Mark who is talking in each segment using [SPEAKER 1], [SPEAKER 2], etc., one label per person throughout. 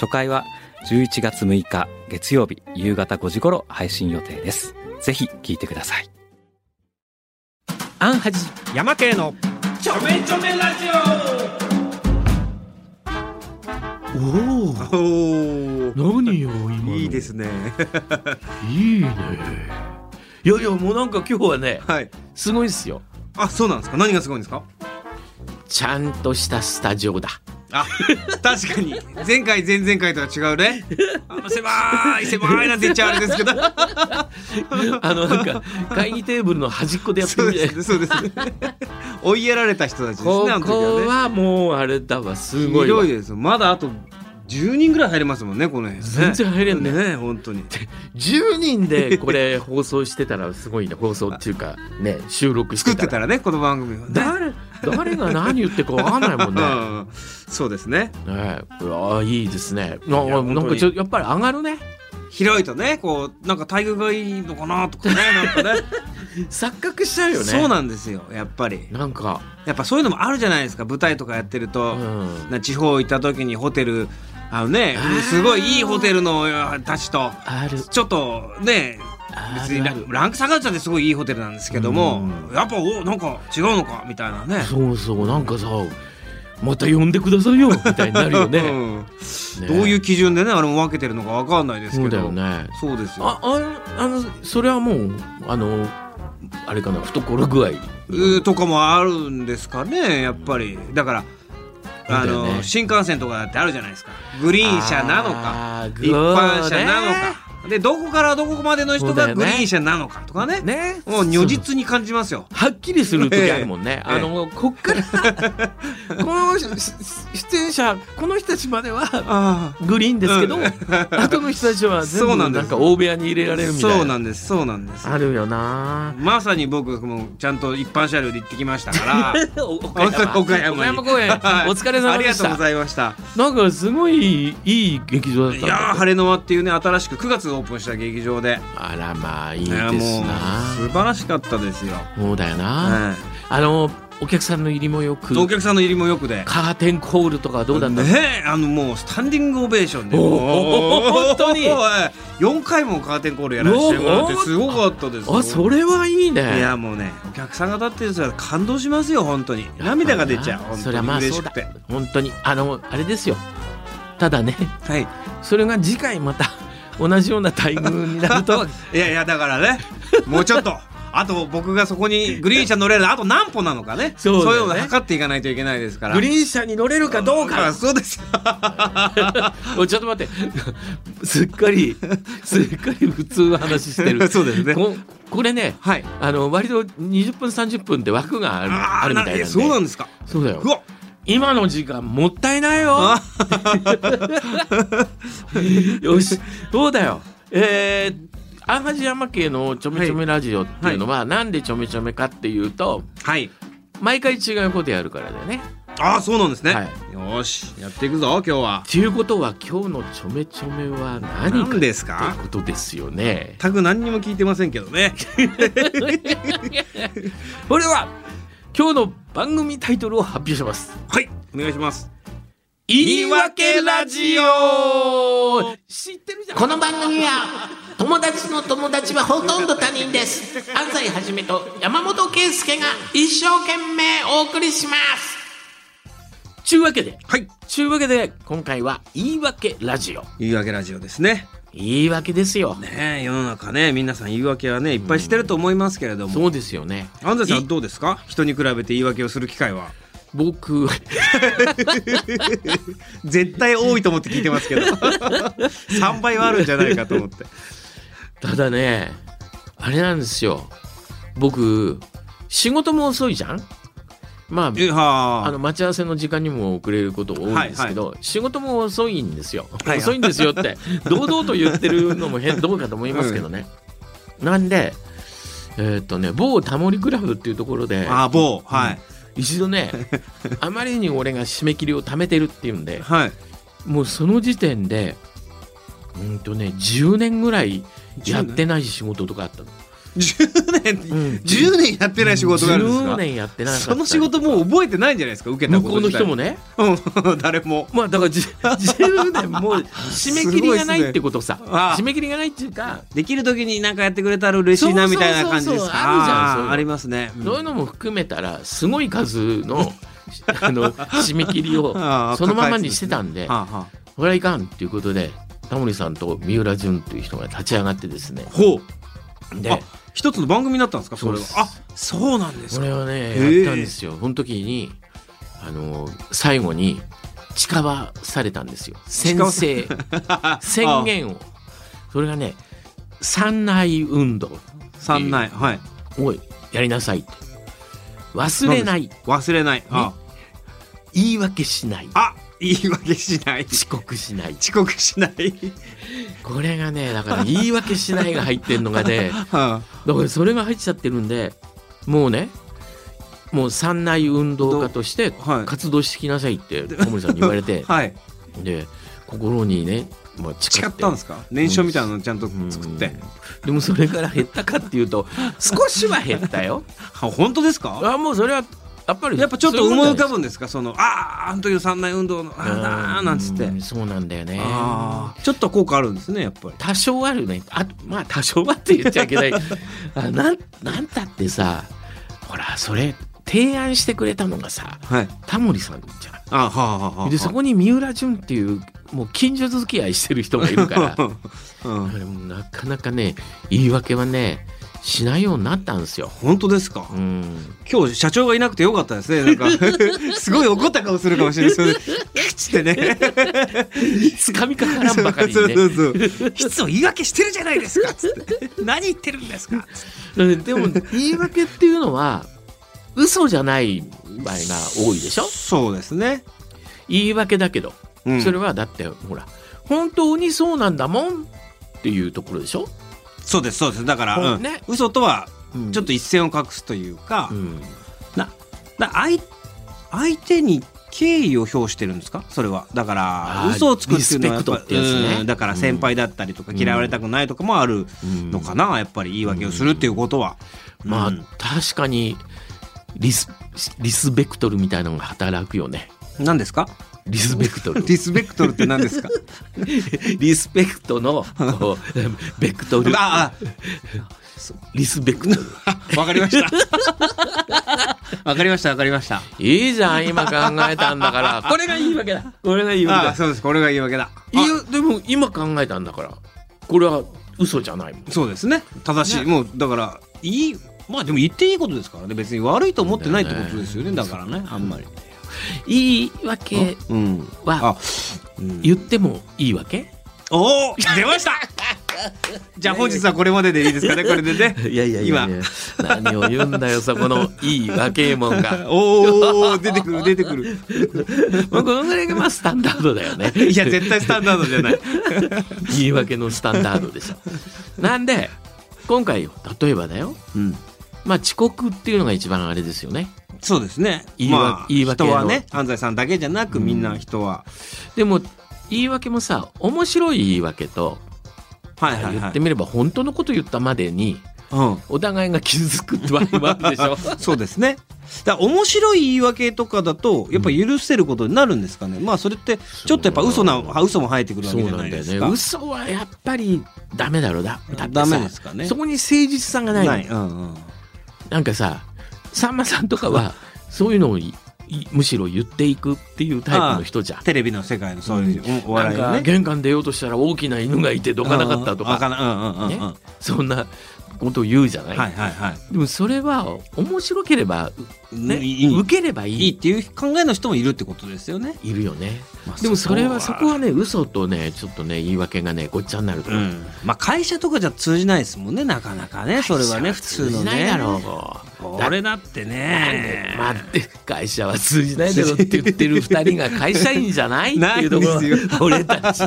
[SPEAKER 1] 初回は11月6日月曜日夕方5時頃配信予定ですぜひ聞いてくださいアンハジ
[SPEAKER 2] 山系の
[SPEAKER 3] ちょめちょめラジオ
[SPEAKER 4] おお
[SPEAKER 2] お
[SPEAKER 4] 何よ今の
[SPEAKER 2] いいですね
[SPEAKER 4] いいね
[SPEAKER 3] いやいやもうなんか今日はね
[SPEAKER 2] はい
[SPEAKER 3] すごいですよ
[SPEAKER 2] あそうなんですか何がすごいんですか
[SPEAKER 3] ちゃんとしたスタジ オだ
[SPEAKER 2] あ確かに前回前々回とは違うねあの狭い狭いなんて言っちゃあれ ですけど
[SPEAKER 3] あのなんか会議テーブルの端っこでやって
[SPEAKER 2] そう
[SPEAKER 3] るみた
[SPEAKER 2] で
[SPEAKER 3] い
[SPEAKER 2] す
[SPEAKER 3] な
[SPEAKER 2] ねそうですね 追いやられた人たちですね
[SPEAKER 3] こ
[SPEAKER 2] あの時
[SPEAKER 3] こ
[SPEAKER 2] はね
[SPEAKER 3] はもうあれだわすごいわ
[SPEAKER 2] 広いですよまだあと10人ぐらい入れますもんねこの辺ね
[SPEAKER 3] 全然入れんね
[SPEAKER 2] ね本当に
[SPEAKER 3] 10人でこれ放送してたらすごいね放送っていうかね収録し
[SPEAKER 2] 作
[SPEAKER 3] て
[SPEAKER 2] って
[SPEAKER 3] た
[SPEAKER 2] た
[SPEAKER 3] ら
[SPEAKER 2] らねこの番組はね
[SPEAKER 3] 誰誰が何言ってるかわかんないもんね
[SPEAKER 2] うんそうですね
[SPEAKER 3] ねえああいいですねあな
[SPEAKER 2] や
[SPEAKER 3] んかち
[SPEAKER 2] 本当
[SPEAKER 3] ょやっぱり上がるね
[SPEAKER 2] 広いとねこうなんか待遇がいいのかなとかねなんかね
[SPEAKER 3] 錯覚しちゃうよね
[SPEAKER 2] そうなんですよやっぱり
[SPEAKER 3] なんか、
[SPEAKER 2] やっぱそういうのもあるじゃないですか舞台とかやってる
[SPEAKER 3] う
[SPEAKER 2] と、
[SPEAKER 3] ん、
[SPEAKER 2] な地方行った時にホテルあのね
[SPEAKER 3] あー
[SPEAKER 2] すごいいいホテルのたちと
[SPEAKER 3] ある
[SPEAKER 2] ちょっとね
[SPEAKER 3] あ
[SPEAKER 2] 別
[SPEAKER 3] る
[SPEAKER 2] に
[SPEAKER 3] あ
[SPEAKER 2] ラ
[SPEAKER 3] る
[SPEAKER 2] ランク下がっちゃってすごいいいホテルなんですけどもやっぱおなんか違うのかみたいなね。
[SPEAKER 3] そうそうなんかさまた呼んでくださいよみたいになるよね,ね、
[SPEAKER 2] うんどういう基準でねあれも分けてるのか分かんないですけ
[SPEAKER 3] そう
[SPEAKER 2] ど
[SPEAKER 3] だよね
[SPEAKER 2] そうですよ
[SPEAKER 3] あああのそれはもうあのあれかな懐具合
[SPEAKER 2] えーとかもあるんですかねやっぱりだから
[SPEAKER 3] そ
[SPEAKER 2] あ
[SPEAKER 3] うだよ
[SPEAKER 2] の
[SPEAKER 3] ね
[SPEAKER 2] 新幹線とかだってあるじゃないですかグリーン車なのか
[SPEAKER 3] あー
[SPEAKER 2] 一般車なの
[SPEAKER 3] ね
[SPEAKER 2] かでどこからどこまでの人がグリーン車なのかとかね
[SPEAKER 3] ね
[SPEAKER 2] もう如実に感じますよ
[SPEAKER 3] はっきりする時あるもんね、
[SPEAKER 2] ええ
[SPEAKER 3] あのこっから このし出演者この人たちまでは
[SPEAKER 2] あ
[SPEAKER 3] グリーンですけど、
[SPEAKER 2] うん
[SPEAKER 3] 後の人たちは全
[SPEAKER 2] そう
[SPEAKER 3] 部
[SPEAKER 2] なんで
[SPEAKER 3] な
[SPEAKER 2] す
[SPEAKER 3] んか大部屋に入れられるみたいな
[SPEAKER 2] そうなんですそうなんです
[SPEAKER 3] あるよな
[SPEAKER 2] まさに僕もちゃんと一般車両で行ってきましたから
[SPEAKER 3] 岡山
[SPEAKER 2] 岡山に
[SPEAKER 3] 岡山公演お
[SPEAKER 2] はい
[SPEAKER 3] 疲れ様
[SPEAKER 2] あり
[SPEAKER 3] で
[SPEAKER 2] が
[SPEAKER 3] し
[SPEAKER 2] とうご
[SPEAKER 3] た
[SPEAKER 2] ざいました
[SPEAKER 3] なんかすごいいい劇場だったん
[SPEAKER 2] い
[SPEAKER 3] だ
[SPEAKER 2] やー晴れの輪っていうね新しく9月オープンした劇場で
[SPEAKER 3] あらまあいい
[SPEAKER 2] いや
[SPEAKER 3] で
[SPEAKER 2] もう
[SPEAKER 3] す
[SPEAKER 2] 素
[SPEAKER 3] な
[SPEAKER 2] 晴らしかったですよ
[SPEAKER 3] そうだよな
[SPEAKER 2] はい
[SPEAKER 3] あのお客さんの入りもよく
[SPEAKER 2] お客さんの入りもよくで
[SPEAKER 3] カーテンコールとかどうだったの
[SPEAKER 2] ねえあのもうスタンディングオベーションで
[SPEAKER 3] おー
[SPEAKER 2] もう
[SPEAKER 3] 本当に
[SPEAKER 2] はい4回もカーテンコールやらせてもらって
[SPEAKER 3] おー
[SPEAKER 2] すごかったですよ
[SPEAKER 3] あそれはいいね
[SPEAKER 2] いやもうねお客さんが立ってる人は感動しますよ本当に涙が出ちゃう
[SPEAKER 3] まあな
[SPEAKER 2] 本
[SPEAKER 3] そ
[SPEAKER 2] 当
[SPEAKER 3] れ
[SPEAKER 2] に
[SPEAKER 3] はまあ
[SPEAKER 2] 嬉
[SPEAKER 3] そ
[SPEAKER 2] し
[SPEAKER 3] う
[SPEAKER 2] く
[SPEAKER 3] だ
[SPEAKER 2] て
[SPEAKER 3] 本当にあのあれですよただね
[SPEAKER 2] はい
[SPEAKER 3] それが次回また同じような待遇になる とは
[SPEAKER 2] いやいやだからねもうちょっとあと僕がそこにグリーン車乗れるあと何歩なのかね
[SPEAKER 3] そうだよね
[SPEAKER 2] いうのを測っていかないといけないですから
[SPEAKER 3] グリ
[SPEAKER 2] ーン
[SPEAKER 3] ーン車に乗れるかどうか
[SPEAKER 2] そうですよ
[SPEAKER 3] おいちょっと待ってすっかりすっかり普通の話してる
[SPEAKER 2] そうですね
[SPEAKER 3] ここれね
[SPEAKER 2] はい
[SPEAKER 3] あの割と20分30分って枠があるあるみたいなんで
[SPEAKER 2] なそうなんですか
[SPEAKER 3] そうだよ
[SPEAKER 2] うわ
[SPEAKER 3] 今の時間もったいないよ
[SPEAKER 2] あ
[SPEAKER 3] よしそうだよえーアンハジヤマ系のちょめちょめラジオっていうのは、なんでちょめちょめかっていうと
[SPEAKER 2] はい
[SPEAKER 3] 毎回違うことやるからだよね。
[SPEAKER 2] ああそうなんですね、
[SPEAKER 3] はい
[SPEAKER 2] よーしやっていくぞ今日は
[SPEAKER 3] ということは今日のちょめちょめは何か
[SPEAKER 2] 何
[SPEAKER 3] って
[SPEAKER 2] ですか
[SPEAKER 3] ことですよね。
[SPEAKER 2] 全く何にも聞いてませんけど ね
[SPEAKER 3] それは今日の番組タイトルを発表します。
[SPEAKER 2] はいお願いします
[SPEAKER 3] 言い訳ラジオ知ってるじゃん
[SPEAKER 5] この番組は友達の友達はほとんど他人です安西はじめと山本圭介が一生懸命お送りします
[SPEAKER 3] ちゅうわけで
[SPEAKER 2] はい
[SPEAKER 3] ちゅうわけで今回は言い訳ラジオ
[SPEAKER 2] 言い訳ラジオですね
[SPEAKER 3] 言い訳ですよ、
[SPEAKER 2] ねえ世の中ね皆さん言い訳はねいっぱいしてると思いますけれども、
[SPEAKER 3] そうですよね
[SPEAKER 2] 安西さんはいどうですか人に比べて言い訳をする機会は
[SPEAKER 3] 僕
[SPEAKER 2] 絶対多いと思って聞いてますけ ど3倍はあるんじゃないかと思って
[SPEAKER 3] ただねあれなんですよ僕仕事も遅いじゃんまあ
[SPEAKER 2] えは
[SPEAKER 3] あの待ち合わせの時間にも遅れること多いんですけど、仕事も遅いんですよ、
[SPEAKER 2] はい
[SPEAKER 3] 遅いんですよって堂々と言ってるのも変どうかと思いますけどね、なんでえーっとね某タモリクラブっていうところで
[SPEAKER 2] ああ某はい、
[SPEAKER 3] 一度 ねあまりに俺が締め切りを貯めてるっていうんで
[SPEAKER 2] はい
[SPEAKER 3] もうその時点でうんとね10年ぐらいやってない仕事とかあったの、
[SPEAKER 2] 10年、
[SPEAKER 3] うん
[SPEAKER 2] 10年やってない仕事があるんですか
[SPEAKER 3] 10年やってなかった
[SPEAKER 2] その仕事もう覚えてないんじゃないですか受けた
[SPEAKER 3] 向
[SPEAKER 2] こ
[SPEAKER 3] ことうの
[SPEAKER 2] 自体
[SPEAKER 3] 人もね
[SPEAKER 2] うん 誰も
[SPEAKER 3] まあだから じ10年もう締め切りがないってことさ、
[SPEAKER 2] ねああ
[SPEAKER 3] 締め切りがないっていうか
[SPEAKER 2] できる時に何かやってくれたら嬉しいなみたいな感じ
[SPEAKER 3] そう
[SPEAKER 2] ですか
[SPEAKER 3] そうそうそうあるじゃん
[SPEAKER 2] あー
[SPEAKER 3] そういうの
[SPEAKER 2] ありますね、うん
[SPEAKER 3] そういうのも含めたらすごい数のあの締め切りを
[SPEAKER 2] ああ
[SPEAKER 3] そのままにしてたんで
[SPEAKER 2] はあは
[SPEAKER 3] これはいかんっていうことでタモリさんと三浦淳という人が立ち上がってですね
[SPEAKER 2] あ、ほう
[SPEAKER 3] で
[SPEAKER 2] あ一つの番組になったんですかそれは
[SPEAKER 3] そう
[SPEAKER 2] あそうなんです
[SPEAKER 3] こ
[SPEAKER 2] か
[SPEAKER 3] れをね
[SPEAKER 2] ええ
[SPEAKER 3] やったんですよ、その時にあの最後に近場されたんですよ宣
[SPEAKER 2] 近場さ
[SPEAKER 3] 誓宣言をそれがね三内運動
[SPEAKER 2] 三内はい
[SPEAKER 3] をやりなさいって忘れない
[SPEAKER 2] 忘れないあ
[SPEAKER 3] 言い訳しない
[SPEAKER 2] あ言い訳しない
[SPEAKER 3] 遅刻しない
[SPEAKER 2] 遅刻しない
[SPEAKER 3] これがねだから言い訳しないが入ってんのが ね
[SPEAKER 2] は
[SPEAKER 3] だからそれが入っちゃってるんでもうねもう三内運動家として
[SPEAKER 2] はい
[SPEAKER 3] 活動してきなさいって小森さんに言われて
[SPEAKER 2] あはい
[SPEAKER 3] で心にね、まあ、誓
[SPEAKER 2] 誓
[SPEAKER 3] っ
[SPEAKER 2] ってたんですか年書みたいなのちゃんと作って
[SPEAKER 3] でもそれから減ったかっていう と少しは減ったよ
[SPEAKER 2] あ本当ですか
[SPEAKER 3] あもうそれはやっぱり
[SPEAKER 2] やっぱちょっと
[SPEAKER 3] そういう
[SPEAKER 2] 思
[SPEAKER 3] も
[SPEAKER 2] い
[SPEAKER 3] ん
[SPEAKER 2] 浮
[SPEAKER 3] じゃな
[SPEAKER 2] か
[SPEAKER 3] い
[SPEAKER 2] ぶんですかそのあああの時の三内運動のあーなーなんつって
[SPEAKER 3] うんそうなんだよね
[SPEAKER 2] あーちょっと効果あるんですねやっぱり
[SPEAKER 3] 多少あるねあまあ多少はって言っちゃいけ ないあなんなんたってさほらそれ提案してくれたのがさ
[SPEAKER 2] はい
[SPEAKER 3] タモリさんじゃ
[SPEAKER 2] あはあはあはあ
[SPEAKER 3] んでそこに三浦淳っていうもう近所付き合いしてる人がいるから だか
[SPEAKER 2] うん
[SPEAKER 3] らもうなかなかね言い訳はねしないようになったんですよ
[SPEAKER 2] 本当ですか
[SPEAKER 3] うん
[SPEAKER 2] 今日社長がいなくてよか ったですね。なんかすごい怒った顔するかもしれないですよね。口ってね。
[SPEAKER 3] つかみかからんばかり
[SPEAKER 2] そう
[SPEAKER 3] に
[SPEAKER 2] そ
[SPEAKER 3] ね
[SPEAKER 2] うそう。質を言い訳してるじゃないですか。つって何言ってるんですか。つって
[SPEAKER 3] うんでも言い訳っていうのは嘘じゃない場合が多いでしょ
[SPEAKER 2] そうですね。
[SPEAKER 3] 言い訳だけど
[SPEAKER 2] うん
[SPEAKER 3] それはだってほら本当にそうなんだもんっていうところでしょ、
[SPEAKER 2] そうですそうです。だから、
[SPEAKER 3] ほん
[SPEAKER 2] うん
[SPEAKER 3] ね
[SPEAKER 2] 嘘とはち
[SPEAKER 3] ち
[SPEAKER 2] ょ
[SPEAKER 3] ょ
[SPEAKER 2] っ
[SPEAKER 3] っ
[SPEAKER 2] と一線を画すというか、
[SPEAKER 3] と、うん
[SPEAKER 2] だ相相手に敬意を表してるんですか。それはだから
[SPEAKER 3] あー
[SPEAKER 2] 嘘をつくっていうのはやっ
[SPEAKER 3] リ
[SPEAKER 2] ぱ
[SPEAKER 3] スペクトってやつね
[SPEAKER 2] うんだから先輩だったりとか嫌われたくないとかもあるのかな。やっぱり言い訳をするっていうことは。
[SPEAKER 3] まあ、
[SPEAKER 2] うん
[SPEAKER 3] 確かにリスリスベクトルみたいなのが働くよね
[SPEAKER 2] 何ですか。
[SPEAKER 3] リスベクト ル
[SPEAKER 2] リスペクトルって何です か。
[SPEAKER 3] リスペクト のこうベクトル
[SPEAKER 2] あ
[SPEAKER 3] リスベクトル
[SPEAKER 2] あ、わかりました。 わかりました、わかりました。
[SPEAKER 3] いいじゃん今考えたんだ からこれが言い訳だこれが言い
[SPEAKER 2] ああ、
[SPEAKER 3] 訳だ
[SPEAKER 2] そうです。これが言い訳だ。
[SPEAKER 3] いやでも今考えたんだからこれは嘘じゃないもん
[SPEAKER 2] そうですね。正しい。もう、だから、いい、まあでも言っていいことですからね。別に悪いと思ってないってことですよね。だからね、あんまり。
[SPEAKER 3] 言い訳
[SPEAKER 2] うん。
[SPEAKER 3] は
[SPEAKER 2] あ、うん
[SPEAKER 3] 言ってもいいわけ
[SPEAKER 2] おお出ました じゃあ本日はこれまででいいですかね、これでね。
[SPEAKER 3] いやいやいやいや何を言うんだよそこのいい若えもんが
[SPEAKER 2] 今。おお出てくる、出てくる。
[SPEAKER 3] まあこのぐらいがまあスタンダードだよね
[SPEAKER 2] いや、絶対スタンダードじゃない。
[SPEAKER 3] 言い訳のスタンダードでしょなんで今回例えばだよ
[SPEAKER 2] うん。
[SPEAKER 3] まあ遅刻っていうのが一番あれですよね
[SPEAKER 2] そうですね。
[SPEAKER 3] 言い訳
[SPEAKER 2] まあ、
[SPEAKER 3] 言い訳
[SPEAKER 2] 人
[SPEAKER 3] の
[SPEAKER 2] はね、安西さんだけじゃなく、みんな人は。
[SPEAKER 3] でも言い訳もさ面白い言い訳と
[SPEAKER 2] はいはい
[SPEAKER 3] 言
[SPEAKER 2] は
[SPEAKER 3] っ
[SPEAKER 2] い
[SPEAKER 3] て。みれば本当のこと言ったまでに
[SPEAKER 2] うん。
[SPEAKER 3] お互いが傷つく場合もあるでしょ
[SPEAKER 2] そうですね。だから面白い言い訳とかだとやっぱ許せることになるんですかね。まあそれってちょっとやっぱ嘘な嘘も生えてくるわ
[SPEAKER 3] そ
[SPEAKER 2] け
[SPEAKER 3] う
[SPEAKER 2] じゃ
[SPEAKER 3] な
[SPEAKER 2] ない
[SPEAKER 3] んだよ
[SPEAKER 2] です
[SPEAKER 3] ね
[SPEAKER 2] か。
[SPEAKER 3] 嘘はやっぱりダメだろうだだってさ
[SPEAKER 2] ダメですかね
[SPEAKER 3] そこに誠実さがないの
[SPEAKER 2] ない。うんうん。
[SPEAKER 3] なんかささんまさんとかはそういうのをいいむしろ言っていくっていうタイプの人じゃん
[SPEAKER 2] テレビの世界のそういうおお
[SPEAKER 3] なん
[SPEAKER 2] 笑い
[SPEAKER 3] か
[SPEAKER 2] のね。
[SPEAKER 3] 玄関出ようとしたら大きな犬がいてどかなかったと
[SPEAKER 2] うんうん
[SPEAKER 3] か、
[SPEAKER 2] 開なうんうんうんうん。
[SPEAKER 3] ね
[SPEAKER 2] は
[SPEAKER 3] そんなことを言うじゃない、
[SPEAKER 2] いはいはい。
[SPEAKER 3] でもそれは面白ければ、ね、
[SPEAKER 2] いい
[SPEAKER 3] 受ければい
[SPEAKER 2] いい
[SPEAKER 3] い
[SPEAKER 2] っていう考えの人もいるってことですよね。
[SPEAKER 3] いるよね、
[SPEAKER 2] まあ
[SPEAKER 3] でもそれは
[SPEAKER 2] そ
[SPEAKER 3] そ
[SPEAKER 2] こは
[SPEAKER 3] こはね嘘とねちょっとね言い訳がねごっちゃになると
[SPEAKER 2] う
[SPEAKER 3] 思う、
[SPEAKER 2] ん。まあ会社とかじゃ通じないですもんねなかなかねそれはね普通のね。
[SPEAKER 3] 通じないだろう
[SPEAKER 2] これだってね
[SPEAKER 3] まあ、で会社は通じないだろって言ってる2人が会社員じゃないっていうところ
[SPEAKER 2] ないんですよ
[SPEAKER 3] 俺たち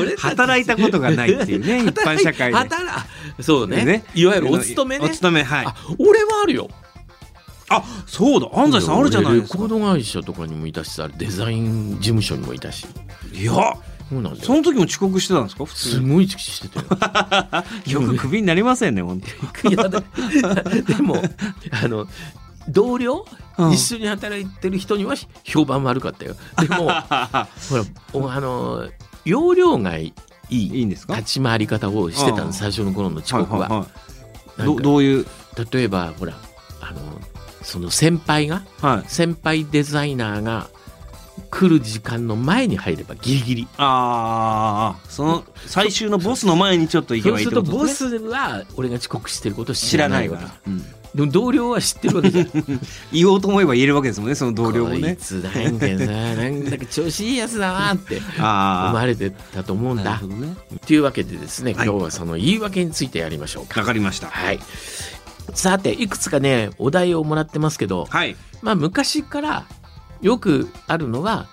[SPEAKER 3] 俺たち
[SPEAKER 2] 働いたことがないっていう ね一般社会で
[SPEAKER 3] 働い働そうね
[SPEAKER 2] ね
[SPEAKER 3] いわゆるお勤めね
[SPEAKER 2] お勤めはい
[SPEAKER 3] あ俺はあるよ
[SPEAKER 2] あそうだ安西さんあるじゃないです
[SPEAKER 3] 俺
[SPEAKER 2] か
[SPEAKER 3] レコード会社とかにもいたしさデザイン事務所にもいたし
[SPEAKER 2] いや
[SPEAKER 3] そうなんだ
[SPEAKER 2] そ
[SPEAKER 3] よ
[SPEAKER 2] の時も遅刻してたんですか普
[SPEAKER 3] す
[SPEAKER 2] 通
[SPEAKER 3] ごい意識してたよ
[SPEAKER 2] よくクビになりませんね本 当に
[SPEAKER 3] いや だでもあの同僚、
[SPEAKER 2] うん
[SPEAKER 3] 一緒に働いてる人には評判悪かったよで もほらおあの容量がいい
[SPEAKER 2] いいんですか
[SPEAKER 3] 立ち回り方をしてた
[SPEAKER 2] あ
[SPEAKER 3] の
[SPEAKER 2] あ
[SPEAKER 3] 最初の頃の遅刻は,、
[SPEAKER 2] いい
[SPEAKER 3] なん
[SPEAKER 2] ど
[SPEAKER 3] か
[SPEAKER 2] どういう
[SPEAKER 3] 例えばほらあのその先輩が
[SPEAKER 2] はい
[SPEAKER 3] 先輩デザイナーが来る時間の前に入ればギリギリ
[SPEAKER 2] ああその最終のボスの前にちょっと行け
[SPEAKER 3] そう
[SPEAKER 2] ばいい
[SPEAKER 3] す
[SPEAKER 2] っ
[SPEAKER 3] る
[SPEAKER 2] て
[SPEAKER 3] と
[SPEAKER 2] ことで
[SPEAKER 3] ボ
[SPEAKER 2] すね
[SPEAKER 3] スは俺が遅刻してることを知
[SPEAKER 2] 知
[SPEAKER 3] ら
[SPEAKER 2] ら
[SPEAKER 3] な
[SPEAKER 2] ないいか
[SPEAKER 3] わけ
[SPEAKER 2] ら
[SPEAKER 3] でも同僚は知ってるわけじゃん
[SPEAKER 2] 言おうと思えば言えるわけですもんねその同僚も
[SPEAKER 3] こい
[SPEAKER 2] ね
[SPEAKER 3] つなんかさなんだか調子いいやつだなって思
[SPEAKER 2] あ
[SPEAKER 3] われてたと思うん
[SPEAKER 2] あな
[SPEAKER 3] だ
[SPEAKER 2] るほどね
[SPEAKER 3] というわけでですね今
[SPEAKER 2] はい
[SPEAKER 3] 日はその言い訳についてやりましょうか
[SPEAKER 2] わかりました
[SPEAKER 3] はいさていくつかねお題をもらってますけど
[SPEAKER 2] はい
[SPEAKER 3] まあ昔からよくあるのは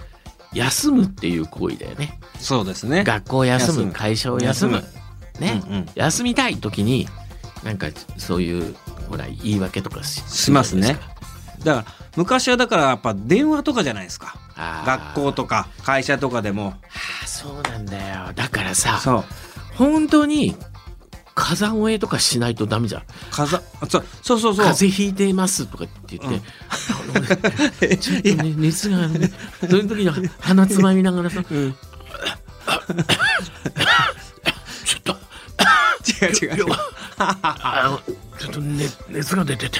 [SPEAKER 3] 休むっていう行為だよね
[SPEAKER 2] そうですね
[SPEAKER 3] 学校を休む
[SPEAKER 2] 休む
[SPEAKER 3] 会社を休む
[SPEAKER 2] 休
[SPEAKER 3] ね、
[SPEAKER 2] うんうん
[SPEAKER 3] 休みたい時になんかそういうほら言い訳とかし
[SPEAKER 2] します
[SPEAKER 3] るじゃな
[SPEAKER 2] ね
[SPEAKER 3] いですか
[SPEAKER 2] だから昔はだからやっぱ電話とかじゃないですか
[SPEAKER 3] あー
[SPEAKER 2] 学校とか会社とかでも
[SPEAKER 3] あーそうなんだよだからさ
[SPEAKER 2] そう
[SPEAKER 3] 本当に風邪声とかしないとダメじゃん
[SPEAKER 2] 風そうそうそうそう
[SPEAKER 3] 風邪ひいてますとかって言って、あのちょっとね熱があるねそういう時に鼻つまみながらさ、ちょっと
[SPEAKER 2] 違う違う違う
[SPEAKER 3] あのちょっと、ね、熱が出てて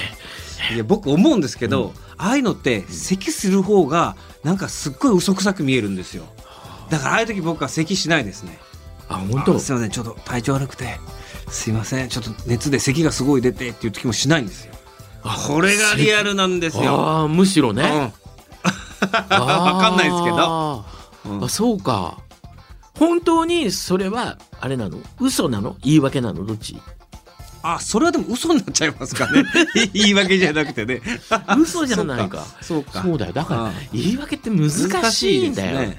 [SPEAKER 2] いや僕思うんですけど、ああいうのって咳する方がなんかすっごい嘘くさく見えるんですよだからああいう時僕は咳しないですね
[SPEAKER 3] あ本当
[SPEAKER 2] あすいませんちょっと体調悪くてすいませんちょっと熱で咳がすごい出てっていう時もしないんですよこれがリアルなんですよ、
[SPEAKER 3] ああむしろ
[SPEAKER 2] う
[SPEAKER 3] ね、
[SPEAKER 2] ん、わかんないですけ
[SPEAKER 3] け
[SPEAKER 2] うん
[SPEAKER 3] あそうか本当にそれはあれなの嘘なの言い訳なのどっち
[SPEAKER 2] あそれはでも嘘になっちゃいます かね言い訳じゃなくてね
[SPEAKER 3] 嘘じゃないか
[SPEAKER 2] そうか
[SPEAKER 3] そうだよだか
[SPEAKER 2] う
[SPEAKER 3] ら
[SPEAKER 2] ん
[SPEAKER 3] 言い訳って難しいんだよ、
[SPEAKER 2] 難しいですね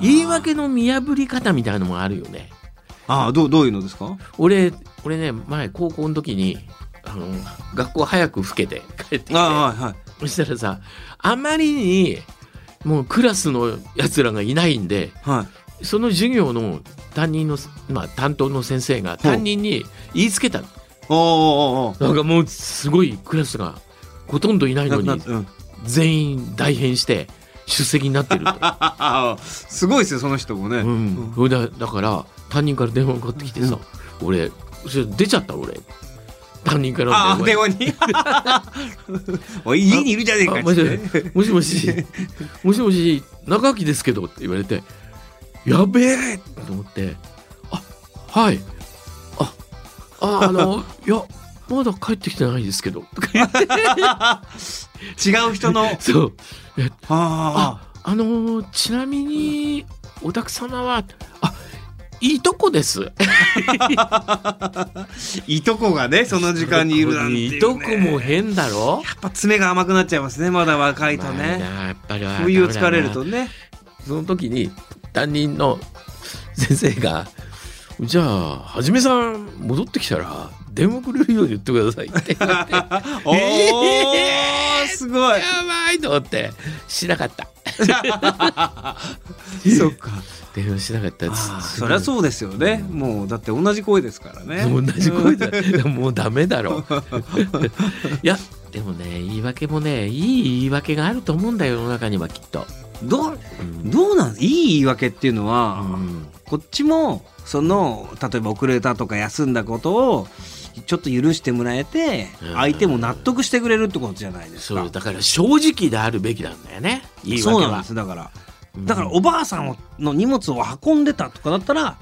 [SPEAKER 3] 言い訳の見破り方みたいなのもあるよね
[SPEAKER 2] ああどうどういうのですか
[SPEAKER 3] 俺俺ね前高校の時にあの学校早く老けて帰ってきて
[SPEAKER 2] ああはいはい
[SPEAKER 3] そしたらさあまりにもうクラスのやつらがいないんで
[SPEAKER 2] はい
[SPEAKER 3] その授業の担任の、まあ、担当の先生が担任に言いつけたの
[SPEAKER 2] おーおー
[SPEAKER 3] なんかもうすごいクラスがほとんどいない
[SPEAKER 2] おー
[SPEAKER 3] の
[SPEAKER 2] な
[SPEAKER 3] に
[SPEAKER 2] なうん
[SPEAKER 3] 全員大変して出席になってると。
[SPEAKER 2] ああすごいですよその人も ね、
[SPEAKER 3] うん、それだだから担任から電話がかかってきてさ、俺それ出ちゃった俺担任から
[SPEAKER 2] ああ
[SPEAKER 3] の
[SPEAKER 2] 電
[SPEAKER 3] 電話
[SPEAKER 2] 話におい家に いるじゃねえか
[SPEAKER 3] あ
[SPEAKER 2] っ
[SPEAKER 3] もし
[SPEAKER 2] て
[SPEAKER 3] もしもしもしもし中垣ですけどって言われてやべえと思ってあはいあああのいやまだ帰ってきてないですけどとか言って
[SPEAKER 2] 違う人のあ
[SPEAKER 3] そう
[SPEAKER 2] あ
[SPEAKER 3] ああのーちなみにお宅様はあいいとこです
[SPEAKER 2] いとこがねその時間にいるなんていう、ね、
[SPEAKER 3] いとこも変だろ
[SPEAKER 2] やっぱ爪が甘くなっちゃいますねまだ若いと
[SPEAKER 3] まあ
[SPEAKER 2] ね
[SPEAKER 3] なやっぱりは
[SPEAKER 2] 冬をつかれると
[SPEAKER 3] ダメ
[SPEAKER 2] ね
[SPEAKER 3] だなその時に担任の先生が「じゃあはじめさん戻ってきたら電話くれるように言ってください」って 言われてや
[SPEAKER 2] おーすご
[SPEAKER 3] ば
[SPEAKER 2] い
[SPEAKER 3] いと思ってしなかった
[SPEAKER 2] そっか
[SPEAKER 3] 電話しなかった
[SPEAKER 2] ああそりゃそうですよねもうだって 同じ声ですからね
[SPEAKER 3] 同じ声だ、もうダメだ ろいやでもね言い訳もねいい言い訳があると思うんだよ世の中にはきっと、
[SPEAKER 2] どう
[SPEAKER 3] うん
[SPEAKER 2] どうなんいい言い訳っていうのは、
[SPEAKER 3] うん
[SPEAKER 2] こっちもその例えば遅れたとか休んだことをちょっと許してもらえて
[SPEAKER 3] うん
[SPEAKER 2] 相手も納得してくれるってことじゃないですか。
[SPEAKER 3] そうだから正直であるべきなんだよね言い
[SPEAKER 2] そう
[SPEAKER 3] 訳
[SPEAKER 2] なん
[SPEAKER 3] は
[SPEAKER 2] ですだから
[SPEAKER 3] うん
[SPEAKER 2] だからおばあさんをの荷物を運んでたとかだったら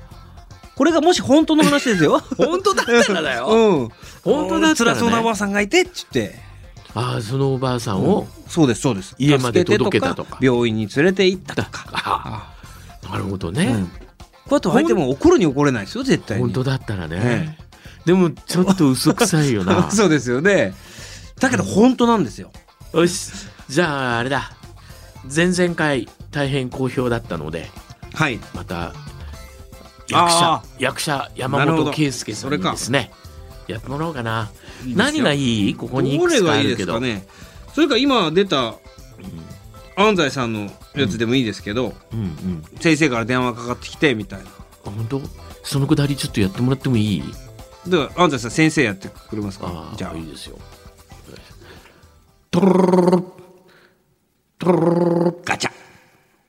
[SPEAKER 2] これがもし本当の話ですよ。
[SPEAKER 3] 本当だったらだよ、
[SPEAKER 2] うん、
[SPEAKER 3] 本当だったらね
[SPEAKER 2] 辛そうなおばあさんがいてっつって
[SPEAKER 3] ああそのおばあさんを、
[SPEAKER 2] そうですそうです
[SPEAKER 3] 家まで
[SPEAKER 2] 助て
[SPEAKER 3] 届けたとか
[SPEAKER 2] 病院に連れて行ったとか、
[SPEAKER 3] ああなるほどね、
[SPEAKER 2] うん、こうやって相手も怒るに怒れないですよ絶対に
[SPEAKER 3] 本当だったらね、
[SPEAKER 2] え
[SPEAKER 3] でもちょっと嘘くさいよな
[SPEAKER 2] そうですよねだけど本当なんですよ。
[SPEAKER 3] よしじゃああれだ前々回大変好評だったので
[SPEAKER 2] はい。
[SPEAKER 3] また役者
[SPEAKER 2] あ
[SPEAKER 3] 役者山
[SPEAKER 2] なるほ
[SPEAKER 3] 本
[SPEAKER 2] ど
[SPEAKER 3] 圭介さんにですねやってもらおうかな
[SPEAKER 2] ですよ
[SPEAKER 3] 何がいいここにい
[SPEAKER 2] ど
[SPEAKER 3] く
[SPEAKER 2] れ
[SPEAKER 3] つか
[SPEAKER 2] が
[SPEAKER 3] あ
[SPEAKER 2] いい
[SPEAKER 3] るけ
[SPEAKER 2] です
[SPEAKER 3] ど
[SPEAKER 2] かね。それか今出た安西さんのやつでもいいですけど、
[SPEAKER 3] うんうん
[SPEAKER 2] 先生から電話かかってきてみたいな。
[SPEAKER 3] あ本当そのくだりちょっとやってもらってもいい
[SPEAKER 2] だから安西さん先生やってくれます
[SPEAKER 3] あ
[SPEAKER 2] か
[SPEAKER 3] あ
[SPEAKER 2] じゃ
[SPEAKER 3] いいですよ
[SPEAKER 2] あガチャ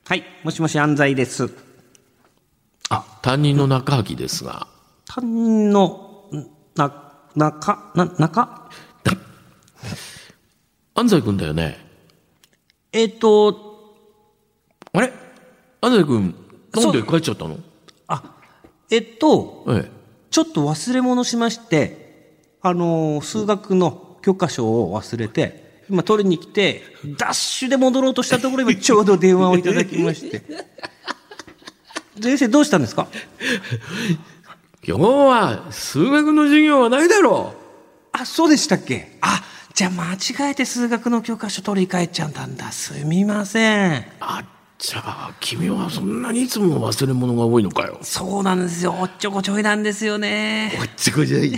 [SPEAKER 2] はいもしもし安西です
[SPEAKER 3] あ担任の中垣ですが
[SPEAKER 2] 担任のな中な中
[SPEAKER 3] 安西君だよね
[SPEAKER 2] えっ、と
[SPEAKER 3] あれ安西君な
[SPEAKER 2] そ
[SPEAKER 3] んで
[SPEAKER 2] う
[SPEAKER 3] 帰っちゃったの
[SPEAKER 2] えっ、と
[SPEAKER 3] ええ
[SPEAKER 2] ちょっと忘れ物しましてあのー数学の教科書を忘れて今取りに来てダッシュで戻ろうとしたところ今ちょうど電話をいただきまして 先生どうしたんですか
[SPEAKER 3] 今日は数学の授業はないだろ
[SPEAKER 2] あ、そうでしたっけあ、じゃあ間違えて数学の教科書取り替えちゃったんだ。すみません。
[SPEAKER 3] うあじゃあ君はそんなにいつも忘れ物が多いのかよ
[SPEAKER 2] そうなんですよ。おっちょこちょいなんですよね。
[SPEAKER 3] おっちょこちょい。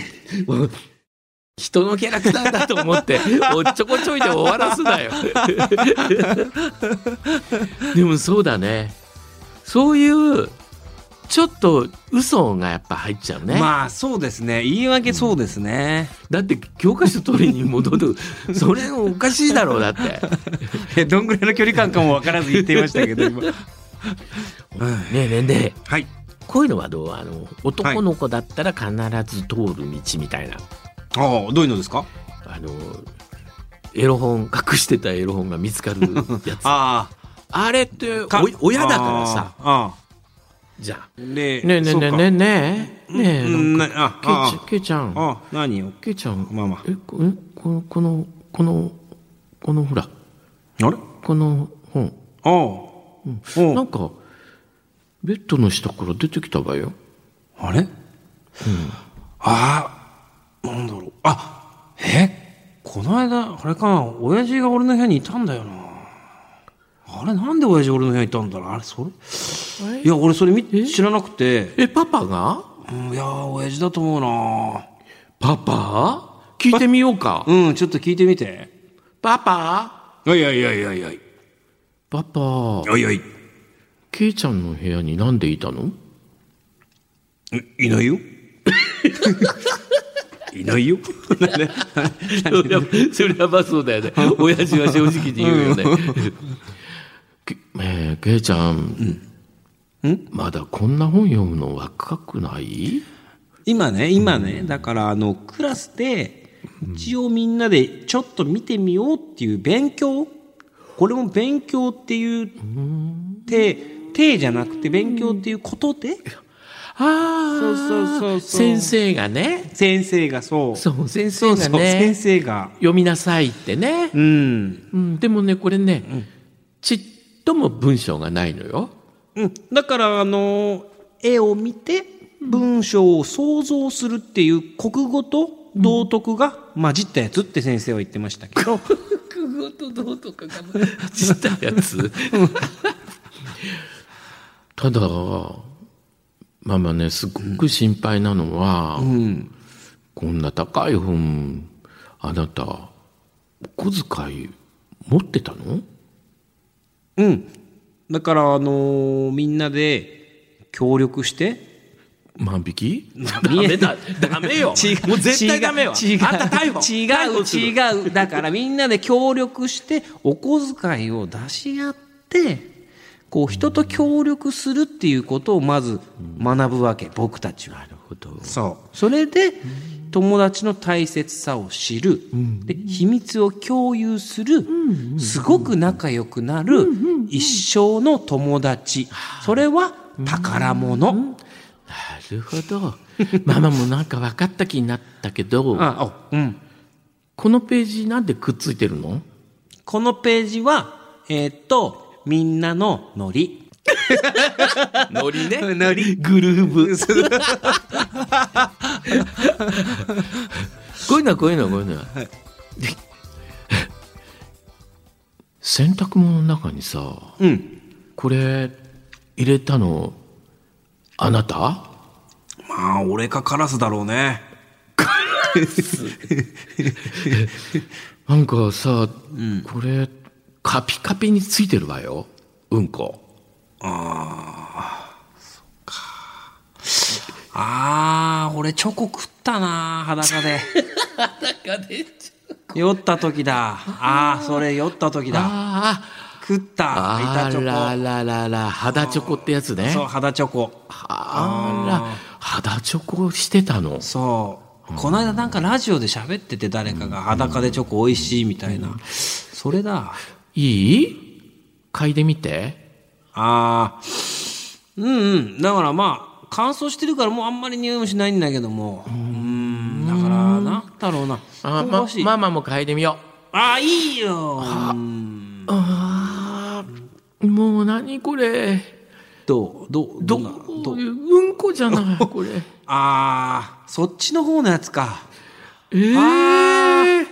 [SPEAKER 3] 人のキャラクターだと思って、おっちょこちょいで終わらすなよ。でもそうだね。そういう、ちょっと嘘がやっぱ入っちゃうね。
[SPEAKER 2] まあそうですね。言い訳そうですね。
[SPEAKER 3] だって教科書取りに戻 る。それおかしいだろう、だって。
[SPEAKER 2] え どんぐらいの距離感かもわからず言っていましたけど、今。
[SPEAKER 3] ねえねえねえ。
[SPEAKER 2] はい。
[SPEAKER 3] こういうのはどうあの、男の子だったら必ず通る道みたいな。
[SPEAKER 2] ああ、どういうのですか
[SPEAKER 3] あの、エロ本、隠してたエロ本が見つかるやつ。
[SPEAKER 2] あ
[SPEAKER 3] あれってお
[SPEAKER 2] あ。
[SPEAKER 3] 親だからさ。
[SPEAKER 2] ああ。
[SPEAKER 3] じゃあ。
[SPEAKER 2] で、
[SPEAKER 3] ねえねえねえねえねえねえ
[SPEAKER 2] うん
[SPEAKER 3] なんか
[SPEAKER 2] ねああ
[SPEAKER 3] けいちゃんけいちゃん
[SPEAKER 2] ああ、何を
[SPEAKER 3] けいちゃん
[SPEAKER 2] まあまあ
[SPEAKER 3] えこんこのこのこのこのほら
[SPEAKER 2] あれ
[SPEAKER 3] この本
[SPEAKER 2] ああ。
[SPEAKER 3] なんかベッドの下から出てきたわよ
[SPEAKER 2] あれ、ああ、なんだろう。あ、えこの間、あれかな、親父が俺の部屋にいたんだよな。あれ、なんで親父俺の部屋にいたんだろうあれ、それいや、俺それみ知らなくて、
[SPEAKER 3] えパパが
[SPEAKER 2] うん、いやー、親父だと思うな。
[SPEAKER 3] パパ聞いてみようか
[SPEAKER 2] うん、ちょっと聞いてみて。
[SPEAKER 3] パパ
[SPEAKER 2] おいおいおいおいおい。
[SPEAKER 3] パパ
[SPEAKER 2] おいおい。
[SPEAKER 3] けいちゃんの部屋になんでいたの
[SPEAKER 2] いいない よ。いないよ。
[SPEAKER 3] そりゃ、そりゃまあそうだよね。親父は正直に言うよね。 けえー、けいちゃん。まだこんな本読むの若くない
[SPEAKER 2] 今ね今ね、だからあのクラスで一応みんなでちょっと見てみようっていう勉強これも勉強っていうててじゃなくて勉強っていうことで
[SPEAKER 3] あ
[SPEAKER 2] そうそうそうそう
[SPEAKER 3] 先生がね。
[SPEAKER 2] 先生がそう
[SPEAKER 3] そう、先生
[SPEAKER 2] そう
[SPEAKER 3] が
[SPEAKER 2] そう先
[SPEAKER 3] ね。
[SPEAKER 2] 生が
[SPEAKER 3] 読みなさいってね。
[SPEAKER 2] うん、
[SPEAKER 3] うん、でもね、これね、ちっとも文章がないのよ。
[SPEAKER 2] うん、だからあの絵を見て文章を想像するっていう国語と道徳が混じったやつって先生は言ってましたけど、
[SPEAKER 3] 国語とどうとかがちったやつ。 ただ、ママね、すごく心配なのは、こんな高い本、あなた、お小遣い持ってたの
[SPEAKER 2] うん。だから、あのーみんなで協力して、
[SPEAKER 3] 万引きダメだ、ダメ よ。もう絶対ダメよ。
[SPEAKER 2] 違う、違う
[SPEAKER 3] あんた逮捕。逮捕する
[SPEAKER 2] 違う、違う。だからみんなで協力して、お小遣いを出し合って、こう、人と協力するっていうことをまず学ぶわけ、僕たちは。なるほど。そう。それで、友達の大切さを知る、で秘密を共有する、すごく仲良くなる、一生の友達、それは宝物、
[SPEAKER 3] なるほど。ママもなんか分かった気になったけど、
[SPEAKER 2] ああうん、
[SPEAKER 3] このページなんでくっついてるの
[SPEAKER 2] このページは、えーっと、みんなのノリ。
[SPEAKER 3] ノリね。
[SPEAKER 2] ノリグルーブ。
[SPEAKER 3] こういうのはこういうのはこういうのは。で洗濯物の中にさ
[SPEAKER 2] うん。
[SPEAKER 3] これ入れたのあなた
[SPEAKER 2] ま あ、俺かカラスだろうね。
[SPEAKER 3] なんかさ、これカピカピについてるわようんこ
[SPEAKER 2] あー、俺チョコ食ったな裸で。酔った時だ。あー、それ酔った時だ。
[SPEAKER 3] あ
[SPEAKER 2] 食った。
[SPEAKER 3] あ
[SPEAKER 2] 板チ
[SPEAKER 3] ら
[SPEAKER 2] ョ
[SPEAKER 3] ららら肌チョコってやつ
[SPEAKER 2] コ。
[SPEAKER 3] ね
[SPEAKER 2] そう、肌チョコ。
[SPEAKER 3] あら肌チョコしてたの
[SPEAKER 2] そう。この間なんかラジオで喋ってて誰かが裸でチョコ美味しいみたいな。それだ。
[SPEAKER 3] いい嗅いでみて
[SPEAKER 2] ああ。うんうん。だからまあ、乾燥してるからもうあんまり匂いもしないんだけども。うーん。だから、なんだろうな。
[SPEAKER 3] あ
[SPEAKER 2] 香
[SPEAKER 3] ま
[SPEAKER 2] ばしい
[SPEAKER 3] ママも嗅いでみよ
[SPEAKER 2] あー、いいよ。うん
[SPEAKER 3] うあーもう何これ
[SPEAKER 2] どうどう
[SPEAKER 3] ど
[SPEAKER 2] んなど
[SPEAKER 3] う
[SPEAKER 2] う
[SPEAKER 3] うんこじゃないこ れ
[SPEAKER 2] あー、そっちの方のやつか。
[SPEAKER 3] ええ
[SPEAKER 2] あ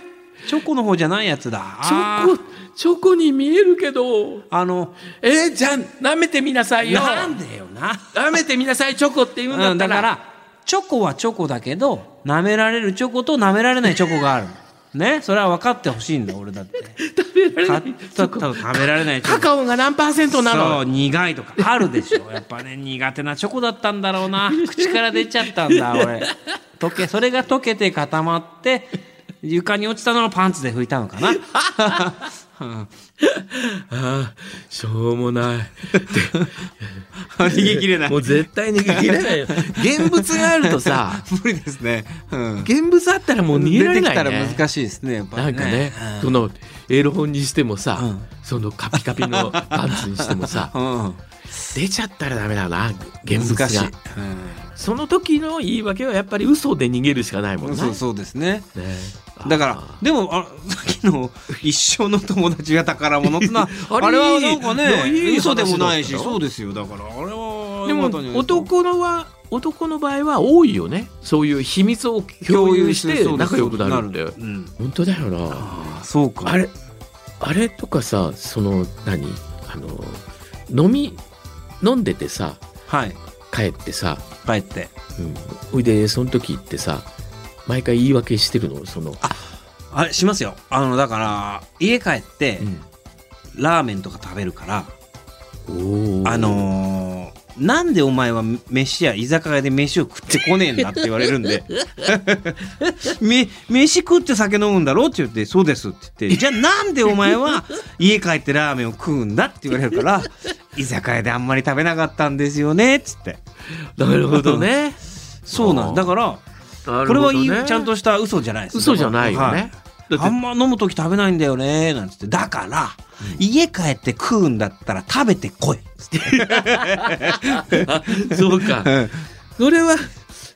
[SPEAKER 2] チョコの方じゃないやつだ。
[SPEAKER 3] チ
[SPEAKER 2] あ
[SPEAKER 3] ョ
[SPEAKER 2] ー
[SPEAKER 3] コチョコに見えるけど
[SPEAKER 2] あの、
[SPEAKER 3] えー、じゃあ舐めてみなさいよ
[SPEAKER 2] なんでよな。
[SPEAKER 3] 舐めてみなさいチョコって言うんだっ
[SPEAKER 2] うん、
[SPEAKER 3] た
[SPEAKER 2] だ
[SPEAKER 3] ら,、
[SPEAKER 2] から、チョコはチョコだけど、舐められるチョコと舐められないチョコがある。ねそれは分かってほしいんだ、俺だって。
[SPEAKER 3] 食べられない
[SPEAKER 2] 買ったったら食べられないチョ
[SPEAKER 3] カ
[SPEAKER 2] コ。
[SPEAKER 3] カオが何パーセントな
[SPEAKER 2] そう、
[SPEAKER 3] の
[SPEAKER 2] 苦いとかあるでしょ。やっぱね、苦手なチョコだったんだろうな。口から出ちゃったんだ、俺。溶け、それが溶けて固まって、床に落ちたのをパンツで拭いたの かな。
[SPEAKER 3] ああしょうもない
[SPEAKER 2] 逃げ切れな
[SPEAKER 3] もう絶対逃げ切れないよ 現物があるとさ
[SPEAKER 2] 無理ですね。うん。
[SPEAKER 3] 現物あったらもう逃げられない、ね、
[SPEAKER 2] しいですね、やっ
[SPEAKER 3] なんかね、そのエロ本にしてもさ、
[SPEAKER 2] うん
[SPEAKER 3] そのカピカピのパンツにしても さ
[SPEAKER 2] うん。
[SPEAKER 3] 出ちゃったらダメだな現物
[SPEAKER 2] 難しい。
[SPEAKER 3] がその時の言い訳はやっぱり嘘で逃げるしかないもんね
[SPEAKER 2] うん、そうそうですね。
[SPEAKER 3] ね
[SPEAKER 2] だから
[SPEAKER 3] あ
[SPEAKER 2] でもあさっき の「一生の友達が宝物」ってのは
[SPEAKER 3] あ
[SPEAKER 2] あ
[SPEAKER 3] れ
[SPEAKER 2] れはなんか
[SPEAKER 3] いやいい話
[SPEAKER 2] ね嘘でもないし
[SPEAKER 3] だったよ
[SPEAKER 2] そうですよだからあれは
[SPEAKER 3] でも
[SPEAKER 2] よかったんじゃないすか
[SPEAKER 3] 男のは男の場合は多いよねそういう秘密を共有して
[SPEAKER 2] そうです
[SPEAKER 3] 仲良くなるって
[SPEAKER 2] うん
[SPEAKER 3] 本当だよな
[SPEAKER 2] あそうか
[SPEAKER 3] あれあれとかさその何あの飲み飲んでてさ
[SPEAKER 2] はい
[SPEAKER 3] 帰ってさ
[SPEAKER 2] 帰って
[SPEAKER 3] うんほいでその時ってさ毎回言い訳してるのその
[SPEAKER 2] あれしますよあのだから家帰って
[SPEAKER 3] うん
[SPEAKER 2] ラーメンとか食べるから
[SPEAKER 3] おー
[SPEAKER 2] あのーなんでお前は飯や居酒屋で飯を食ってこねえんだって言われるんで め飯食って酒飲むんだろって言ってそうですって言ってじゃあなんでお前は家帰ってラーメンを食うんだって言われるから居酒屋であんまり食べなかったんですよねっつって
[SPEAKER 3] なるほどね
[SPEAKER 2] そうなんだからこれはいいちゃんとした嘘じゃないです
[SPEAKER 3] 嘘じゃないよ
[SPEAKER 2] は
[SPEAKER 3] ねだって
[SPEAKER 2] あんま飲む時食べないんだよねなんつってだから、家帰って食うんだったら食べてこいっつって
[SPEAKER 3] そうかそれは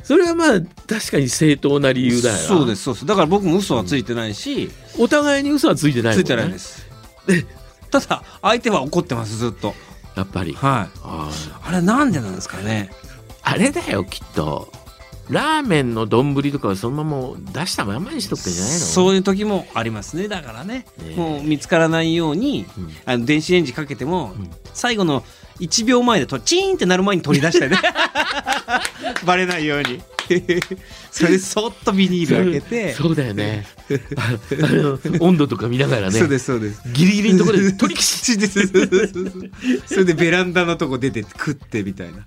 [SPEAKER 3] それはまあ確かに正当な理由だよな
[SPEAKER 2] そうですそうですだから僕も嘘はついてないし、
[SPEAKER 3] お互いに嘘はついてないもん
[SPEAKER 2] つ
[SPEAKER 3] ね
[SPEAKER 2] いてないですただ相手は怒ってますずっと
[SPEAKER 3] やっぱり
[SPEAKER 2] はい
[SPEAKER 3] あー
[SPEAKER 2] あれなんでなんですかね
[SPEAKER 3] あれだよきっとラーメンの丼とかはそのまま出したまんまにしとってんじゃないの
[SPEAKER 2] そういう時もありますねだからね、
[SPEAKER 3] ねえ
[SPEAKER 2] もう見つからないように、
[SPEAKER 3] ん
[SPEAKER 2] あの電子レンジかけても、最後の1秒前でとチーンってなる前に取り出し たりねバレないように それでそっとビニール開けて
[SPEAKER 3] そうだよねあの温度とか見ながらね
[SPEAKER 2] そうですそうです
[SPEAKER 3] ギリギリのところで
[SPEAKER 2] 取り消しです それでベランダのとこ出て食ってみた いな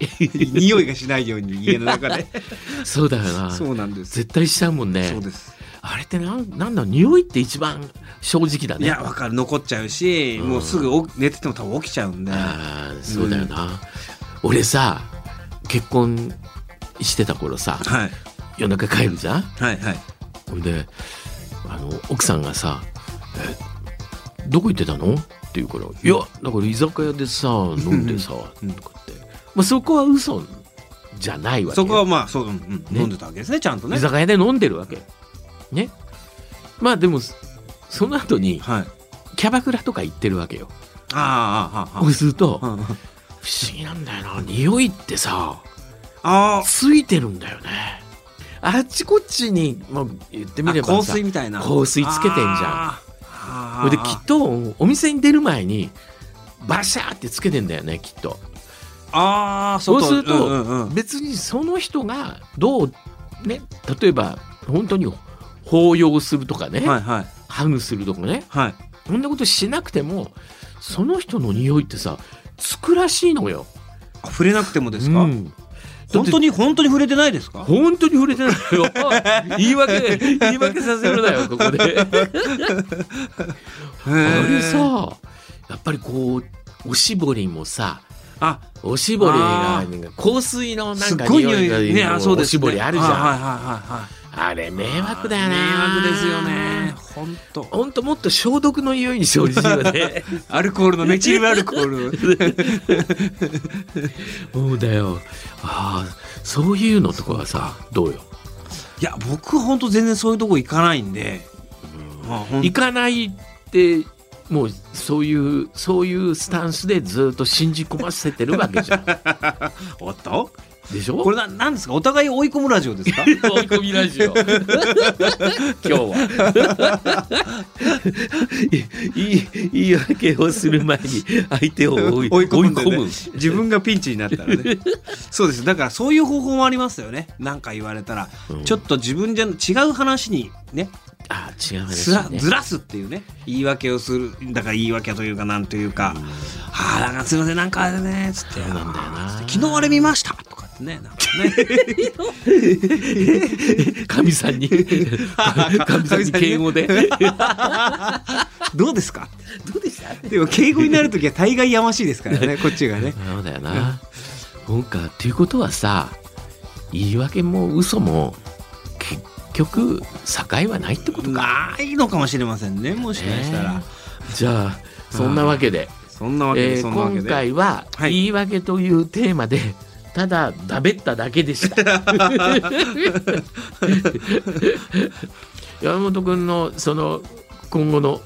[SPEAKER 2] 匂いがしないように家の中で
[SPEAKER 3] そうだよな
[SPEAKER 2] そうなんです
[SPEAKER 3] 絶対しちゃうもんね
[SPEAKER 2] そうです
[SPEAKER 3] あれってなんなんだろう匂いって一番正直だ
[SPEAKER 2] い
[SPEAKER 3] ね
[SPEAKER 2] やわかる残っちゃうし、もうすぐお寝てても多分起きちゃうんで
[SPEAKER 3] あーそうだよな、俺さ結婚してた頃さ
[SPEAKER 2] はい
[SPEAKER 3] 夜中帰るじゃん
[SPEAKER 2] はいはい
[SPEAKER 3] ほんであの奥さんがさ「えどこ行ってたの?」って言うから「いやだから居酒屋でさ飲んでさ」とかって、まあ、そこは嘘じゃないわけ
[SPEAKER 2] そ
[SPEAKER 3] よ
[SPEAKER 2] こはまあそう、うんうん飲んでたわけですねちゃんとね
[SPEAKER 3] 居酒屋で飲んでるわけねまあでもその後に
[SPEAKER 2] はい
[SPEAKER 3] キャバクラとか行ってるわけよ
[SPEAKER 2] あーあーあーあ
[SPEAKER 3] そうすると不
[SPEAKER 2] ーうんうん
[SPEAKER 3] 思議なんだよな匂いってさ
[SPEAKER 2] あー
[SPEAKER 3] ついてるんだよねあっちこっちに、まあ、言ってみれば
[SPEAKER 2] あ香
[SPEAKER 3] さ
[SPEAKER 2] 水みたいな
[SPEAKER 3] 香水つけてんじゃん
[SPEAKER 2] あーああ
[SPEAKER 3] ほいできっとお店に出る前にバシャーってつけてんだよねきっと
[SPEAKER 2] ああ
[SPEAKER 3] そうすると
[SPEAKER 2] うんうんうん
[SPEAKER 3] 別にその人がどうね例えば本当に抱擁するとかね、
[SPEAKER 2] はいはい
[SPEAKER 3] ハグするとかね
[SPEAKER 2] はい
[SPEAKER 3] そんなことしなくてもその人の匂いってさつくらしいのよ。
[SPEAKER 2] あ触れなくてもですか、
[SPEAKER 3] うん
[SPEAKER 2] 本当に本当に触れてないですか
[SPEAKER 3] 本当に触れてない よ。言い訳、言い訳させるなよ、ここで。
[SPEAKER 2] へ
[SPEAKER 3] あれ
[SPEAKER 2] ー
[SPEAKER 3] さ、やっぱりこう、おしぼりもさ、
[SPEAKER 2] あ
[SPEAKER 3] おしぼりが
[SPEAKER 2] あ
[SPEAKER 3] 香水のな
[SPEAKER 2] す
[SPEAKER 3] ん
[SPEAKER 2] っ
[SPEAKER 3] か
[SPEAKER 2] ごい
[SPEAKER 3] 匂
[SPEAKER 2] 匂
[SPEAKER 3] いが
[SPEAKER 2] いねあそう
[SPEAKER 3] お
[SPEAKER 2] です
[SPEAKER 3] し
[SPEAKER 2] ね
[SPEAKER 3] ぼりあるじゃん、
[SPEAKER 2] はいはいはいはい
[SPEAKER 3] あれ迷惑だよ
[SPEAKER 2] 迷
[SPEAKER 3] ね
[SPEAKER 2] 惑ですよね本当
[SPEAKER 3] ほんともっと消毒の匂いにしてほしいよね
[SPEAKER 2] アルコールのメチルアルコール
[SPEAKER 3] そうだよああそういうのとかはさどうよ
[SPEAKER 2] いや僕本当全然そういうとこ行かないんで、まあ、ほん
[SPEAKER 3] 行かないってもうそういうそういうスタンスでずっと信じ込ませてるわけじゃん
[SPEAKER 2] おっと
[SPEAKER 3] でしょ
[SPEAKER 2] これななんですかお互い追い込むラジオで すか
[SPEAKER 3] 追い込みラジ オ今日は いいいい訳をする前に相手を 追い
[SPEAKER 2] 追い込むんでね
[SPEAKER 3] 追い込
[SPEAKER 2] 自分がピンチになったらね そうですだからそういう方法もありますよねなんか言われたら、
[SPEAKER 3] うん
[SPEAKER 2] ちょっと自分じゃ違う話にね
[SPEAKER 3] あ違う
[SPEAKER 2] す
[SPEAKER 3] 話
[SPEAKER 2] ら
[SPEAKER 3] ね
[SPEAKER 2] ずらすっていうね言い訳をするだから言い訳というかなんというか「ああだからすいませんなんかあれね」つって「
[SPEAKER 3] なんだよな
[SPEAKER 2] 昨日あれ見ました」とかってねなんか ね
[SPEAKER 3] 神さんに 神さんに敬語で
[SPEAKER 2] どうですかどうでしたでも敬語になる時は大概やましいですか らねこっちがね
[SPEAKER 3] そうだよなそうかっていうことはさ言い訳も嘘も結局境はないってことか
[SPEAKER 2] ないのかもしれませんねもしかしたら、
[SPEAKER 3] ねじゃあそんなわけで
[SPEAKER 2] そんなわけで、
[SPEAKER 3] えー
[SPEAKER 2] そんなわけ
[SPEAKER 3] 今
[SPEAKER 2] で
[SPEAKER 3] 回は「
[SPEAKER 2] はい
[SPEAKER 3] 言い訳」というテーマで、ただだべっただけでした 山本君のその今後の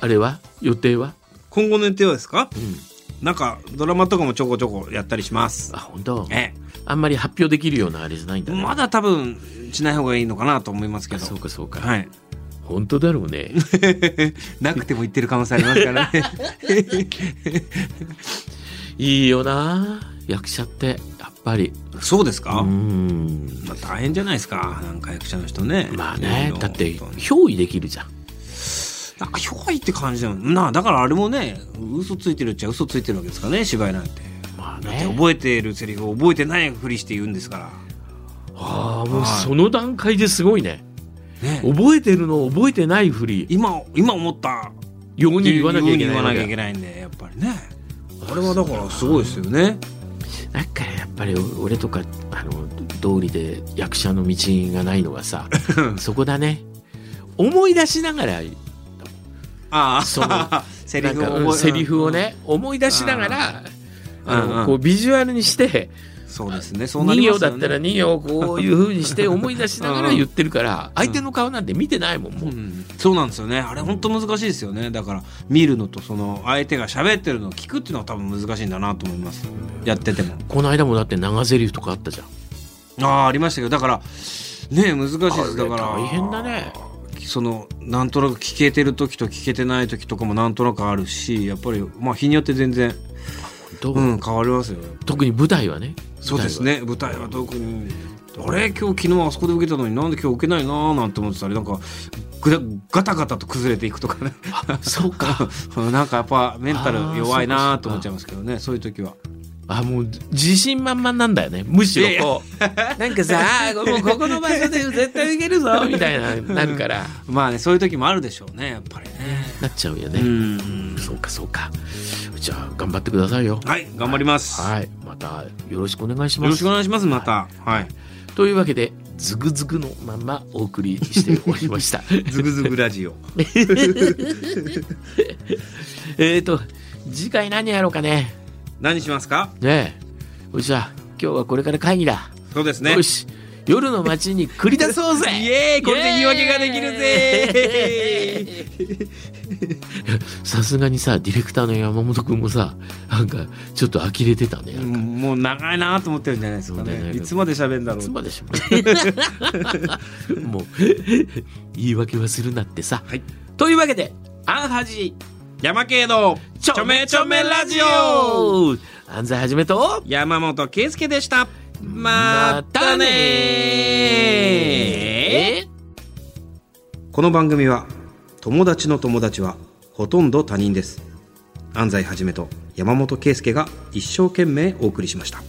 [SPEAKER 3] あれは予定は、
[SPEAKER 2] 今後の予定はですか
[SPEAKER 3] うん、
[SPEAKER 2] なんかドラマとかもちょこちょこやったりします
[SPEAKER 3] あ本当
[SPEAKER 2] え
[SPEAKER 3] あんまり発表できるようなあれじゃないん
[SPEAKER 2] え
[SPEAKER 3] だね、
[SPEAKER 2] まだ多分しない方がいいのかなと思いますけど
[SPEAKER 3] そうかそうか、
[SPEAKER 2] はい
[SPEAKER 3] 本当だろう ね
[SPEAKER 2] なくても言ってる可能性ありますからね
[SPEAKER 3] いいよな役者ってやっぱり
[SPEAKER 2] そうですか、
[SPEAKER 3] うん
[SPEAKER 2] まあ、大変じゃないですかなんか役者の人ね
[SPEAKER 3] まあ
[SPEAKER 2] い
[SPEAKER 3] ね
[SPEAKER 2] ろいろ
[SPEAKER 3] だって
[SPEAKER 2] 本当に
[SPEAKER 3] 憑依できるじゃん
[SPEAKER 2] なんか憑依って感じだもんなあだからあれもね嘘ついてるっちゃ嘘ついてるわけですかね芝居なんて
[SPEAKER 3] まあ
[SPEAKER 2] だって
[SPEAKER 3] ね
[SPEAKER 2] 覚えてるセリフを覚えてないふりして言うんですか
[SPEAKER 3] ああもう
[SPEAKER 2] はい
[SPEAKER 3] その段階ですごいね
[SPEAKER 2] らね
[SPEAKER 3] 覚えてるの覚えてないふり
[SPEAKER 2] 今今思った
[SPEAKER 3] よう
[SPEAKER 2] ふう
[SPEAKER 3] に言わなきゃいけ
[SPEAKER 2] に言わ
[SPEAKER 3] な
[SPEAKER 2] ないきゃい
[SPEAKER 3] ん
[SPEAKER 2] け
[SPEAKER 3] だ
[SPEAKER 2] ないんでやっぱりねあれはだからすごいですよね
[SPEAKER 3] だからやっぱり俺とかあの道理で役者の道がないのは さそこだね思い出しながら
[SPEAKER 2] ああ
[SPEAKER 3] その
[SPEAKER 2] セリ
[SPEAKER 3] なん
[SPEAKER 2] フ
[SPEAKER 3] か
[SPEAKER 2] を
[SPEAKER 3] うん
[SPEAKER 2] 覚え
[SPEAKER 3] セリフをね思い出しながらあ
[SPEAKER 2] うんう
[SPEAKER 3] の
[SPEAKER 2] ん
[SPEAKER 3] こうビジュアルにして
[SPEAKER 2] そうですねそうな
[SPEAKER 3] 2
[SPEAKER 2] りま
[SPEAKER 3] 行
[SPEAKER 2] す
[SPEAKER 3] だ
[SPEAKER 2] よ
[SPEAKER 3] っ
[SPEAKER 2] ね
[SPEAKER 3] たら2行こういうふうにして思い出しながら言ってるから
[SPEAKER 2] ん
[SPEAKER 3] 相手の顔なんて見てないもんもう
[SPEAKER 2] うん、そうなんですよねあれ本当難しいですよねだから見るのとその相手が喋ってるのを聞くっていうのは多分難しいんだなと思いますやってても
[SPEAKER 3] この間もだって長ゼリフとかあったじゃん
[SPEAKER 2] ああありましたけどだからね難しいですだから
[SPEAKER 3] 大変だね
[SPEAKER 2] そのなんとなく聞けてる時と聞けてない時とかもなんとなくあるしやっぱりまあ日によって全然、
[SPEAKER 3] どう
[SPEAKER 2] うん、変わりますよ
[SPEAKER 3] 特に舞台はね
[SPEAKER 2] そうですね舞台は特にあれ今日昨日あそこで受けたのになんで今日受けないなーなんて思ってたりなんかぐだガタガタと崩れていくとかね
[SPEAKER 3] そう か。
[SPEAKER 2] なんかやっぱメンタル弱いなーと思っちゃいますけどねそういう時は
[SPEAKER 3] あ、もう自信満々なんだよね。むしろこう。なんかさ、あーもうここの場所で絶対いけるぞ、みたいな、なるから、
[SPEAKER 2] まあねそういう時もあるでしょうねやっぱりね
[SPEAKER 3] なっちゃうよ
[SPEAKER 2] う
[SPEAKER 3] ね。
[SPEAKER 2] ん
[SPEAKER 3] そうか、そうか。じゃあ、頑張ってくださいよ。
[SPEAKER 2] はい頑張ります、
[SPEAKER 3] はい。また、よろしくお願いし
[SPEAKER 2] よ
[SPEAKER 3] ま
[SPEAKER 2] ろし
[SPEAKER 3] す
[SPEAKER 2] くお。願いしますまたはい
[SPEAKER 3] というわけで、ズグズグのまんまお送りしておりま した。
[SPEAKER 2] ズグズグラジオ
[SPEAKER 3] えっと、次回何やろうかね。
[SPEAKER 2] 何しますか
[SPEAKER 3] ねえ。よっしゃ、今日はこれから会議だ。
[SPEAKER 2] そうですね
[SPEAKER 3] よし、夜の街に繰り出そうぜ
[SPEAKER 2] イエーイこれで言い訳ができるぜ
[SPEAKER 3] さすがにさディレクターの山本君もさなんかちょっと呆れてたねなんか
[SPEAKER 2] もう長いなーと思ってるんじゃないですか
[SPEAKER 3] そうだ
[SPEAKER 2] ね
[SPEAKER 3] よね
[SPEAKER 2] いつまで喋るんだろ
[SPEAKER 3] いつ
[SPEAKER 2] う
[SPEAKER 3] までし ょもう言い訳はするなってさ、
[SPEAKER 2] はい
[SPEAKER 3] というわけでアンハジ
[SPEAKER 2] 山系の
[SPEAKER 3] ちょめちょめラジオ安西はじめと
[SPEAKER 2] 山本圭介でしたま
[SPEAKER 3] ま
[SPEAKER 2] た
[SPEAKER 3] た
[SPEAKER 2] ね
[SPEAKER 3] ね
[SPEAKER 2] この番組は友達の友達はほとんど他人です安西はじめと山本圭介が一生懸命お送りしました